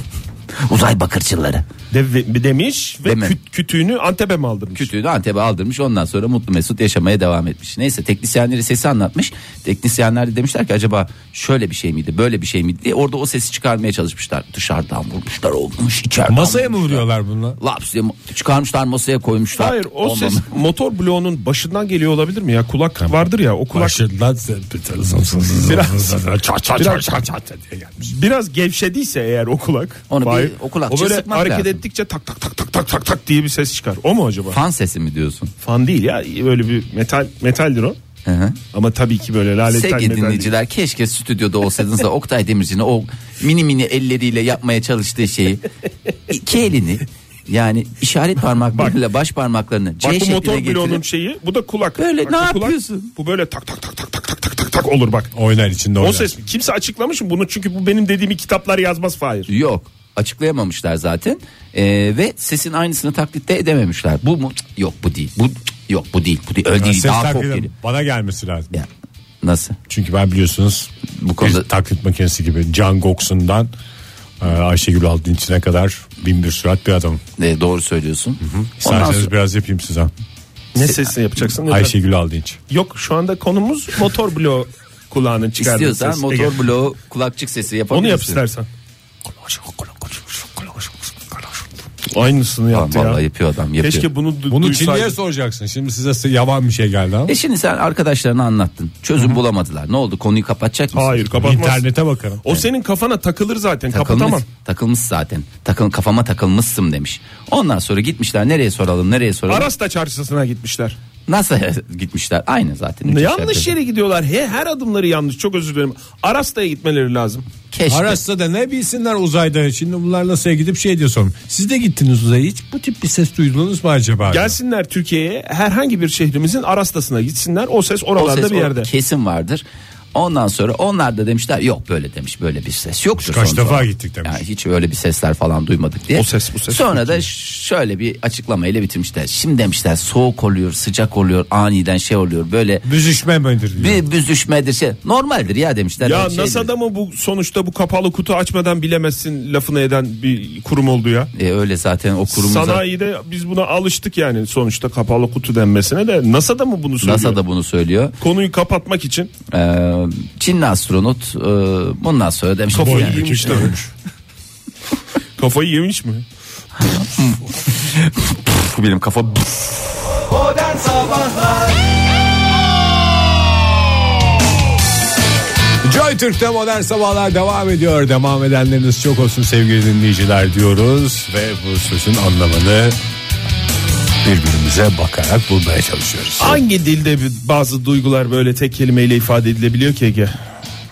Speaker 4: uzay bakırçıları.
Speaker 5: De, demiş ve
Speaker 4: Deme.
Speaker 5: küt- kütüğünü Antep'e mi aldırmış?
Speaker 4: Kütüğünü Antep'e aldırmış ondan sonra mutlu mesut yaşamaya devam etmiş. Neyse teknisyenleri sesi anlatmış. Teknisyenler de demişler ki acaba şöyle bir şey miydi böyle bir şey miydi diye orada o sesi çıkarmaya çalışmışlar. Dışarıdan vurmuşlar olmuş içeriden.
Speaker 6: Masaya mı vuruyorlar bununla?
Speaker 4: Laps diye çıkarmışlar masaya koymuşlar.
Speaker 5: Hayır o
Speaker 4: Olmam-
Speaker 5: ses motor bloğunun başından geliyor olabilir mi ya? Kulak vardır ya o kulak
Speaker 6: Başladılar biraz çat çat çat çat çat diye gelmiş.
Speaker 5: biraz gevşediyse eğer o kulak.
Speaker 4: Onu bir-
Speaker 5: Fahir,
Speaker 4: o kulakça
Speaker 5: böyle
Speaker 4: sıkmak
Speaker 5: hareket
Speaker 4: lazım.
Speaker 5: ettikçe tak tak tak tak tak tak tak diye bir ses çıkar. O mu acaba?
Speaker 4: Fan sesi mi diyorsun?
Speaker 5: Fan değil ya böyle bir metal metaldir o.
Speaker 4: Hı hı.
Speaker 5: Ama tabii ki böyle laletten
Speaker 4: Sevgili
Speaker 5: metal değil.
Speaker 4: dinleyiciler keşke stüdyoda olsaydınız da Oktay Demirci'nin o mini mini elleriyle yapmaya çalıştığı şeyi iki elini yani işaret parmaklarıyla baş parmaklarını C
Speaker 5: Bak bu
Speaker 4: şekline
Speaker 5: motor bloğunun
Speaker 4: şey getirip
Speaker 5: şeyi bu da kulak.
Speaker 4: Böyle
Speaker 5: Bak,
Speaker 4: ne
Speaker 5: bu kulak,
Speaker 4: yapıyorsun?
Speaker 5: Bu böyle tak tak tak tak tak tak tak tak tak olur bak.
Speaker 6: Oynar içinde oynar.
Speaker 5: O ses kimse açıklamış mı bunu çünkü bu benim dediğimi kitaplar yazmaz Fahir.
Speaker 4: yok açıklayamamışlar zaten Ee, ve sesin aynısını taklit de edememişler. Bu mu? Cık, Yok bu değil. Bu cık, yok bu değil. Bu değil. Öyle
Speaker 6: Yani
Speaker 4: değil.
Speaker 6: ses
Speaker 4: Daha çok
Speaker 6: taklidi
Speaker 4: geliyor.
Speaker 6: bana gelmesi lazım.
Speaker 4: Ya, Nasıl?
Speaker 6: Çünkü ben biliyorsunuz
Speaker 4: Bu
Speaker 6: bu
Speaker 4: konuda-
Speaker 6: konuda taklit makinesi gibi Can Gox'undan e, Ayşegül Aldinç'ine kadar bin bir surat bir adam.
Speaker 4: Ee, doğru söylüyorsun. Ondan
Speaker 6: İsterseniz biraz yapayım size.
Speaker 5: Ne
Speaker 4: Şey,
Speaker 5: sesini yapacaksın? Ne
Speaker 6: Ayşegül Aldinç.
Speaker 5: Yok şu anda konumuz motor bloğu kulağının çıkardığı
Speaker 4: İstiyorsan
Speaker 5: şey ses. Ege,
Speaker 4: motor bloğu kulakçık sesi yapabilirsin.
Speaker 5: Onu yap istersen. Aynısını yaptı
Speaker 4: Vallahi
Speaker 5: ya.
Speaker 4: yapıyor adam yapıyor.
Speaker 5: Keşke bunu, du-
Speaker 6: Bunu
Speaker 5: duysaydım.
Speaker 6: Çinli'ye soracaksın. Şimdi size sı- yavan bir şey geldi ama.
Speaker 4: E şimdi sen arkadaşlarına anlattın. Çözüm bulamadılar. Ne oldu? Konuyu kapatacak mısın?
Speaker 5: Hayır kapatmaz.
Speaker 6: İnternete bakarım.
Speaker 5: O senin kafana takılır zaten
Speaker 4: Takılmış,
Speaker 5: kapatamam.
Speaker 4: takılmış zaten. Takıl, kafama takılmışsın demiş. Ondan sonra gitmişler nereye soralım nereye soralım.
Speaker 5: Arasta çarşısına gitmişler.
Speaker 4: Nasıl gitmişler? Aynı zaten. Üç
Speaker 5: yanlış
Speaker 4: yaşlarda.
Speaker 5: yere gidiyorlar. He, her adımları yanlış. Çok özür dilerim. Arasta'ya gitmeleri lazım.
Speaker 4: Keşke.
Speaker 6: Aras'ta da ne bilsinler uzayda. Şimdi bunlar NASA'ya gidip şey diyor sorun. Siz de gittiniz uzaya hiç bu tip bir ses duydunuz mu acaba?
Speaker 5: Gelsinler Türkiye'ye herhangi bir şehrimizin Arasta'sına gitsinler. O ses
Speaker 4: O
Speaker 5: oralarda
Speaker 4: ses
Speaker 5: bir
Speaker 4: o-
Speaker 5: yerde.
Speaker 4: Kesin vardır. Ondan sonra onlar da demişler yok böyle demiş böyle bir ses yoktur.
Speaker 6: Kaç
Speaker 4: sonuçta.
Speaker 6: defa gittik demiş.
Speaker 4: Yani hiç öyle bir sesler falan duymadık diye.
Speaker 5: O ses, bu ses.
Speaker 4: Sonra da ş- şöyle bir açıklamayla bitirmişler. Şimdi demişler soğuk oluyor sıcak oluyor aniden şey oluyor böyle
Speaker 6: Büzüşme midir diyor.
Speaker 4: bir büzüşmedir şey normaldir ya demişler.
Speaker 5: Ya
Speaker 4: Öyle şeydir.
Speaker 5: NASA'da mı bu sonuçta bu kapalı kutu açmadan bilemezsin lafını eden bir kurum oldu ya.
Speaker 4: E, öyle zaten o kurumuza
Speaker 5: Sanayide biz buna alıştık yani sonuçta kapalı kutu denmesine de NASA'da mı bunu söylüyor?
Speaker 4: NASA da bunu söylüyor.
Speaker 5: Konuyu kapatmak için
Speaker 4: Ee, Çinli astronot e, bundan sonra demiş ki
Speaker 5: kafayı
Speaker 4: yani,
Speaker 5: yemiş de ölmüş. kafayı yemiş mi?
Speaker 4: "Puh, benim kafa
Speaker 2: Modern Sabahlar
Speaker 6: Joy Türk'te modern sabahlar devam ediyor. Devam edenleriniz çok olsun sevgili dinleyiciler diyoruz. Ve bu sözün anlamını birbirimize bakarak bulmaya çalışıyoruz.
Speaker 5: Hangi dilde bir- bazı duygular böyle tek kelimeyle ifade edilebiliyor ki Ege?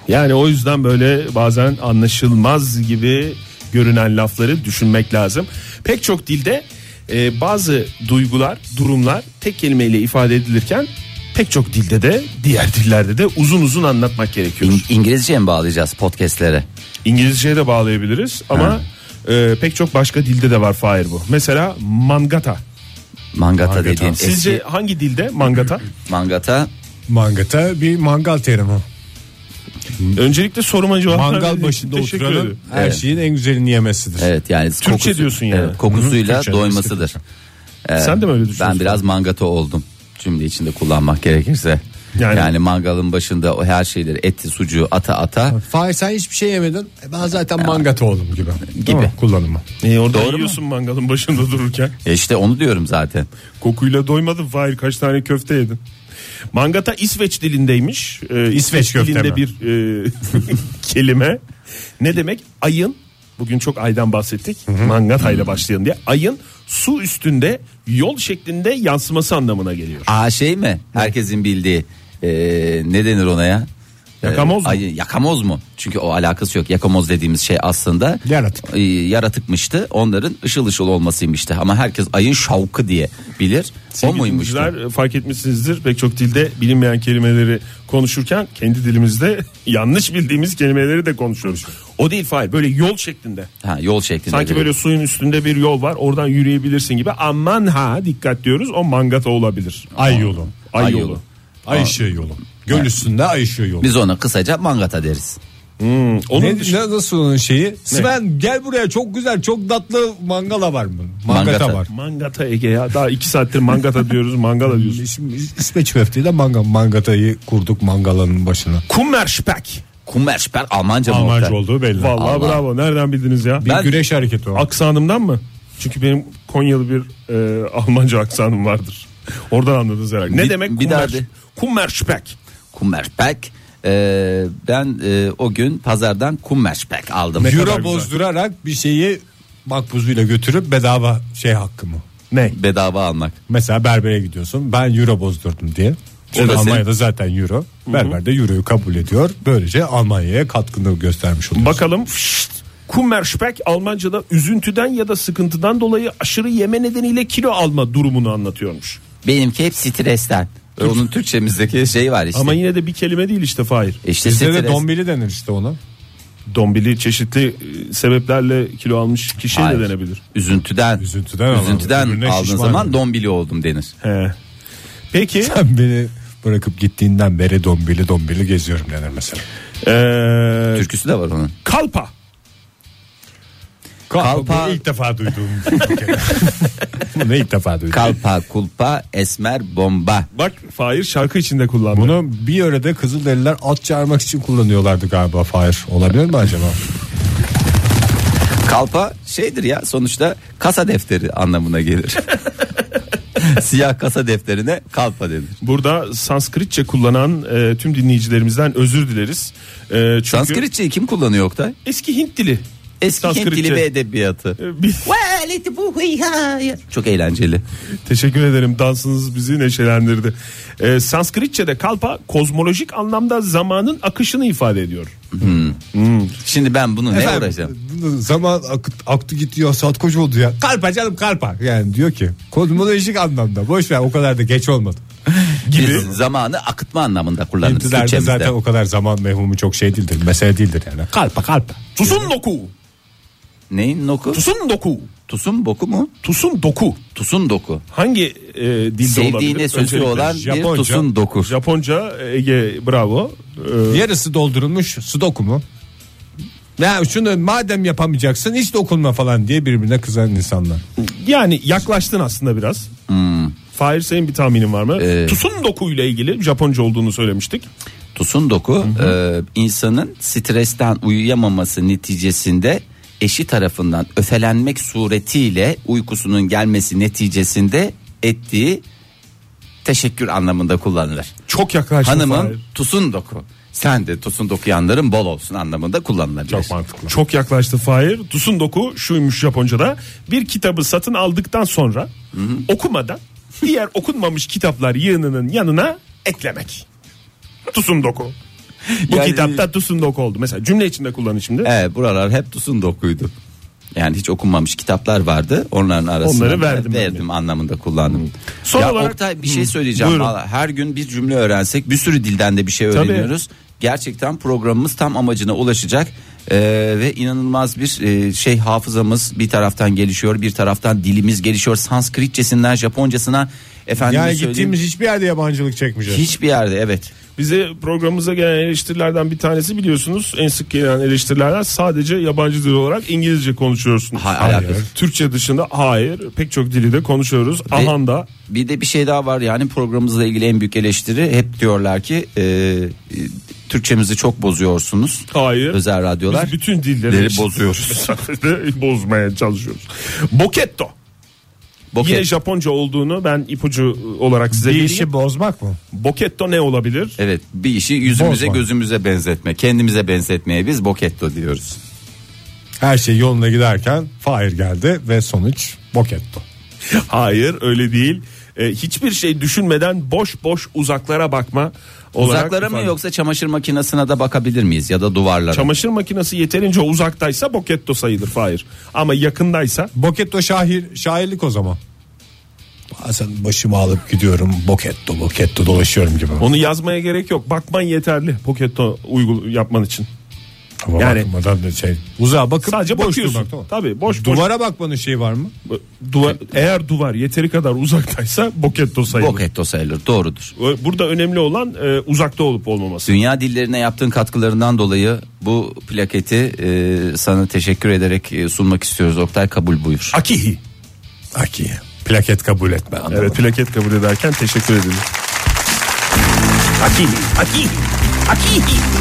Speaker 5: Yani o yüzden böyle bazen anlaşılmaz gibi görünen lafları düşünmek lazım. Pek çok dilde e, bazı duygular, durumlar tek kelimeyle ifade edilirken pek çok dilde de diğer dillerde de uzun uzun anlatmak gerekiyor.
Speaker 4: İng- İngilizceye mi bağlayacağız podcastlere?
Speaker 5: İngilizceye de bağlayabiliriz ama e, pek çok başka dilde de var Fahir bu. Mesela mangata.
Speaker 4: Mangata, dediğin
Speaker 5: Sizce
Speaker 4: eski
Speaker 5: hangi dilde mangata?
Speaker 4: mangata
Speaker 6: Mangata bir mangal terimi.
Speaker 5: Öncelikle soruma cevap verdiğiniz
Speaker 6: Mangal
Speaker 5: için
Speaker 6: başında
Speaker 5: teşekkür
Speaker 6: oturanın
Speaker 5: ederim.
Speaker 6: her
Speaker 4: Evet.
Speaker 6: şeyin en güzelini yemesidir.
Speaker 4: evet yani Türkçe
Speaker 5: diyorsun yani.
Speaker 4: kokusuyla
Speaker 5: Hı hı, Türkçe,
Speaker 4: doymasıdır.
Speaker 5: Sen de mi öyle
Speaker 4: Ben
Speaker 5: düşünüyorsun?
Speaker 4: biraz mangata oldum cümle içinde kullanmak gerekirse.
Speaker 5: Yani-
Speaker 4: Yani, mangalın başında o her şeyleri eti sucuğu ata ata
Speaker 6: Fahir sen hiçbir şey yemedin. E Ben zaten mangat oğlum gibi. Değil mi? Kullanımı.
Speaker 5: E, orada yiyorsun mangalın başında dururken.
Speaker 4: E işte onu diyorum zaten.
Speaker 5: Kokuyla doymadın Fahir kaç tane köfte yedin. Mangata İsveç dilindeymiş. Ee, İsveç
Speaker 6: köfte
Speaker 5: dilinde
Speaker 6: mi?
Speaker 5: bir e, kelime. Ne demek? Ayın bugün çok aydan bahsettik. Mangata ile başlayalım diye. Ayın su üstünde yol şeklinde yansıması anlamına geliyor.
Speaker 4: Aa şey mi? Herkesin bildiği e, ne denir ona ya? E,
Speaker 5: Yakamoz mu?
Speaker 4: ay- yakamoz mu? Çünkü o alakası yok. Yakamoz dediğimiz şey aslında
Speaker 6: Yaratık.
Speaker 4: e, yaratıkmıştı. Onların ışıl ışıl olmasıymıştı. Ama herkes ayın şavkı diye bilir. o
Speaker 5: Sevgili
Speaker 4: muymuştu?
Speaker 5: dinleyiciler, e, fark etmişsinizdir pek çok dilde bilinmeyen kelimeleri konuşurken kendi dilimizde yanlış bildiğimiz kelimeleri de konuşuyoruz. O değil Fahir böyle yol şeklinde.
Speaker 4: Ha, yol şeklinde.
Speaker 5: Sanki
Speaker 4: bilir.
Speaker 5: böyle suyun üstünde bir yol var oradan yürüyebilirsin gibi aman ha dikkat diyoruz o mangata olabilir.
Speaker 6: Ay yolu.
Speaker 5: Ay, şey
Speaker 4: Ay
Speaker 5: yolu.
Speaker 4: yolu.
Speaker 6: Ay ışığı yolu. Göl üstünde ay şey ışığı yolu.
Speaker 4: Biz ona kısaca mangata deriz.
Speaker 5: Onun
Speaker 6: Ne,
Speaker 5: dışında
Speaker 6: ne- nasıl onun şeyi? Sven gel buraya çok güzel çok tatlı mangala var mı? Mangata,
Speaker 4: Mangata.
Speaker 6: var.
Speaker 5: mangata Ege ya daha iki saattir mangata diyoruz mangala diyoruz.
Speaker 6: Şimdi İsveç köfteyle manga, mangatayı kurduk mangalanın başına.
Speaker 5: Kummerspek.
Speaker 4: Kummerşper Almanca mı?
Speaker 6: Amacı
Speaker 4: Oktay?
Speaker 6: olduğu belli.
Speaker 5: Vallahi
Speaker 4: Allah.
Speaker 5: bravo nereden bildiniz ya?
Speaker 6: Bir
Speaker 4: Ben-
Speaker 6: güreş hareketi o.
Speaker 5: Aksanımdan mı? Çünkü benim Konyalı bir e, Almanca aksanım vardır. Oradan anladınız herhalde. Ne
Speaker 4: Bir-
Speaker 5: demek
Speaker 4: bir daha
Speaker 5: Kummer-
Speaker 4: de.
Speaker 5: Kummerspek?
Speaker 4: Kummerşpek. E, ben e, o gün pazardan kummerşpek aldım.
Speaker 6: Euro bozdurarak bir şeyi makbuzuyla götürüp bedava şey hakkı mı?
Speaker 5: Ne?
Speaker 4: Bedava almak.
Speaker 6: Mesela berbere gidiyorsun ben euro bozdurdum diye.
Speaker 4: O da
Speaker 6: Çünkü
Speaker 4: senin-
Speaker 6: Almanya'da zaten euro. Berber de euroyu kabul ediyor. Böylece Almanya'ya katkını göstermiş oluyor.
Speaker 5: Bakalım. Fşşt. Kummerspek Almanca'da üzüntüden ya da sıkıntıdan dolayı aşırı yeme nedeniyle kilo alma durumunu anlatıyormuş.
Speaker 4: Benimki hep stresten. E, Onun Türkçemizdeki şey var işte.
Speaker 5: Ama yine de bir kelime değil işte Fahir.
Speaker 4: E işte
Speaker 6: Bizde
Speaker 4: stres.
Speaker 6: de dombili denir işte ona.
Speaker 5: Dombili çeşitli e, sebeplerle kilo almış kişiye
Speaker 4: Hayır.
Speaker 5: de denebilir.
Speaker 4: Üzüntüden.
Speaker 6: Üzüntüden alalım.
Speaker 4: Üzüntüden
Speaker 6: Öbürüne
Speaker 4: aldığın
Speaker 6: şişman
Speaker 4: zaman
Speaker 6: yani.
Speaker 4: dombili oldum denir.
Speaker 5: He. Peki
Speaker 6: Sen beni bırakıp gittiğinden beri dombili dombili geziyorum denir mesela.
Speaker 5: e,
Speaker 4: Türküsü de var onun.
Speaker 5: kalpa.
Speaker 4: Kalpa-
Speaker 6: Bu ilk defa duyduğum. bir kelime. Bunu ilk defa duydum.
Speaker 4: Kalpa, kulpa, esmer, bomba.
Speaker 5: Bak Fahir şarkı içinde kullandı.
Speaker 6: Bunu bir yörede Kızılderililer at çağırmak için kullanıyorlardı galiba Fahir. Olabilir mi acaba?
Speaker 4: Kalpa şeydir ya sonuçta kasa defteri anlamına gelir. Siyah kasa defterine kalpa denir.
Speaker 5: Burada Sanskritçe kullanan e, tüm dinleyicilerimizden özür dileriz. E, çünkü
Speaker 4: Sanskritçeyi kim kullanıyor Oktay?
Speaker 5: eski Hint dili.
Speaker 4: Eski Hint
Speaker 5: Sanskritçe.
Speaker 4: dili ve edebiyatı.
Speaker 5: E, bir-
Speaker 4: Çok eğlenceli.
Speaker 5: Teşekkür ederim dansınız bizi neşelendirdi. Ee, Sanskritçe'de kalpa kozmolojik anlamda zamanın akışını ifade ediyor.
Speaker 4: Şimdi ben bunu ne uğraşacağım?
Speaker 6: Bunu zaman akıt- aktı gitti ya saat koç oldu ya. Kalpa canım kalpa. Yani diyor ki kozmolojik anlamda boş ver o kadar da geç olmadı.
Speaker 4: Biz zamanı akıtma anlamında kullanırız.
Speaker 6: Hintliler'de
Speaker 4: Türkçemizde.
Speaker 6: zaten o kadar zaman mevhumu çok şey değildir. Mesele değildir yani. Kalpa kalpa.
Speaker 5: Tusun doku.
Speaker 4: Neyin noku?
Speaker 5: Tusun doku.
Speaker 4: Tusun boku mu?
Speaker 5: Tusun doku.
Speaker 4: Tusun doku.
Speaker 5: Hangi e, dilde olabilir?
Speaker 4: Sevdiğine sözü
Speaker 5: Öncelikle
Speaker 4: olan
Speaker 6: Japonca.
Speaker 4: bir tusun doku.
Speaker 5: Japonca Ege bravo. Ee,
Speaker 6: Yarısı doldurulmuş sudoku mu? Ya şunu madem yapamayacaksın hiç dokunma falan diye birbirine kızan insanlar.
Speaker 5: yani yaklaştın aslında biraz. Fahir senin bir tahminin var mı?
Speaker 4: Hmm. Ee,
Speaker 5: Tusun doku ile ilgili Japonca olduğunu söylemiştik.
Speaker 4: Tusun doku e, insanın stresten uyuyamaması neticesinde eşi tarafından öfelenmek suretiyle uykusunun gelmesi neticesinde ettiği teşekkür anlamında kullanılır.
Speaker 5: Çok yaklaştın Fahir.
Speaker 4: Hanımın tusun doku. Sen de tusun dokuyanların bol olsun anlamında kullanılabilir.
Speaker 6: Çok mantıklı.
Speaker 5: Çok yaklaştı Fahir. Tsundoku şuymuş Japonca'da. Bir kitabı satın aldıktan sonra okumadan diğer okunmamış kitaplar yığınının yanına eklemek. Tsundoku. Bu
Speaker 4: Yani-
Speaker 5: kitapta Tsundoku oldu. Mesela cümle içinde kullanın şimdi.
Speaker 4: Evet E, buralar hep tusun dokuydu. Yani hiç okunmamış kitaplar vardı. Onların arasında
Speaker 5: Onları verdim ben
Speaker 4: verdim anlamında kullandım.
Speaker 5: Son
Speaker 4: ya
Speaker 5: olarak-
Speaker 4: Oktay bir
Speaker 5: Hı.
Speaker 4: şey söyleyeceğim.
Speaker 5: Buyurun.
Speaker 4: Valla her gün bir cümle öğrensek bir sürü dilden de bir şey
Speaker 5: Tabii.
Speaker 4: öğreniyoruz. Gerçekten programımız tam amacına ulaşacak. Ee, ve inanılmaz bir e, şey hafızamız bir taraftan gelişiyor bir taraftan dilimiz gelişiyor Sanskritçesinden Japoncasına efendim
Speaker 6: Yani gittiğimiz hiçbir yerde yabancılık çekmeyeceğiz.
Speaker 4: hiçbir yerde evet
Speaker 5: Bize programımıza gelen eleştirilerden bir tanesi biliyorsunuz en sık gelen eleştirilerden sadece yabancı dil olarak İngilizce konuşuyorsunuz.
Speaker 4: Ha- Hayır. alakası.
Speaker 5: Türkçe dışında hayır pek çok dili de konuşuyoruz. Ahan da
Speaker 4: Bir de bir şey daha var yani programımızla ilgili en büyük eleştiri hep diyorlar ki e, e, Türkçemizi çok bozuyorsunuz.
Speaker 5: hayır.
Speaker 4: Özel radyolar.
Speaker 5: Biz bütün dilleri
Speaker 4: Dilleri
Speaker 5: eşit
Speaker 4: bozuyoruz.
Speaker 5: mesafede bozmaya çalışıyoruz. Boketto.
Speaker 4: Bokeh.
Speaker 5: Yine Japonca olduğunu ben ipucu olarak size
Speaker 8: Bir
Speaker 5: vereyim.
Speaker 8: işi bozmak mı?
Speaker 5: Boketto ne olabilir?
Speaker 4: Evet bir işi yüzümüze
Speaker 8: Bozma.
Speaker 4: gözümüze benzetme kendimize benzetmeye biz boketto diyoruz.
Speaker 6: Her şey yoluna giderken Fahir geldi ve sonuç Boketto.
Speaker 5: Hayır öyle değil. Ee, hiçbir şey düşünmeden boş boş uzaklara bakma. olarak
Speaker 4: Uzaklara mı
Speaker 5: ifade-
Speaker 4: yoksa çamaşır makinesine de bakabilir miyiz ya da duvarlara?
Speaker 5: Çamaşır makinesi yeterince uzaktaysa boketto sayılır Fahir. Ama yakındaysa
Speaker 6: Boketto şahir, şairlik o zaman. Bazen başımı alıp gidiyorum Boketto Boketto dolaşıyorum gibi.
Speaker 5: onu yazmaya gerek yok. Bakman yeterli boketto uygul yapman için.
Speaker 6: Ama
Speaker 5: yani-
Speaker 6: bakmadan da şey. Uzağa bakıp
Speaker 5: Sadece
Speaker 6: boş
Speaker 5: bakıyorsun.
Speaker 6: durmak, tamam.
Speaker 5: Tabii boş boş.
Speaker 6: Duvara bakmanın şeyi var mı?
Speaker 5: Duvar, eğer duvar yeteri kadar uzaktaysa boketto sayılır.
Speaker 4: Boketto sayılır doğrudur.
Speaker 5: Burada önemli olan e, uzakta olup olmaması.
Speaker 4: Dünya dillerine yaptığın katkılarından dolayı bu plaketi e, sana teşekkür ederek e, sunmak istiyoruz. Oktay kabul buyur.
Speaker 5: Akihi.
Speaker 6: Aki. Plaket kabul etme anlamı.
Speaker 5: Evet plaket kabul ederken teşekkür ederim. Akihi. Akihi. Akihi.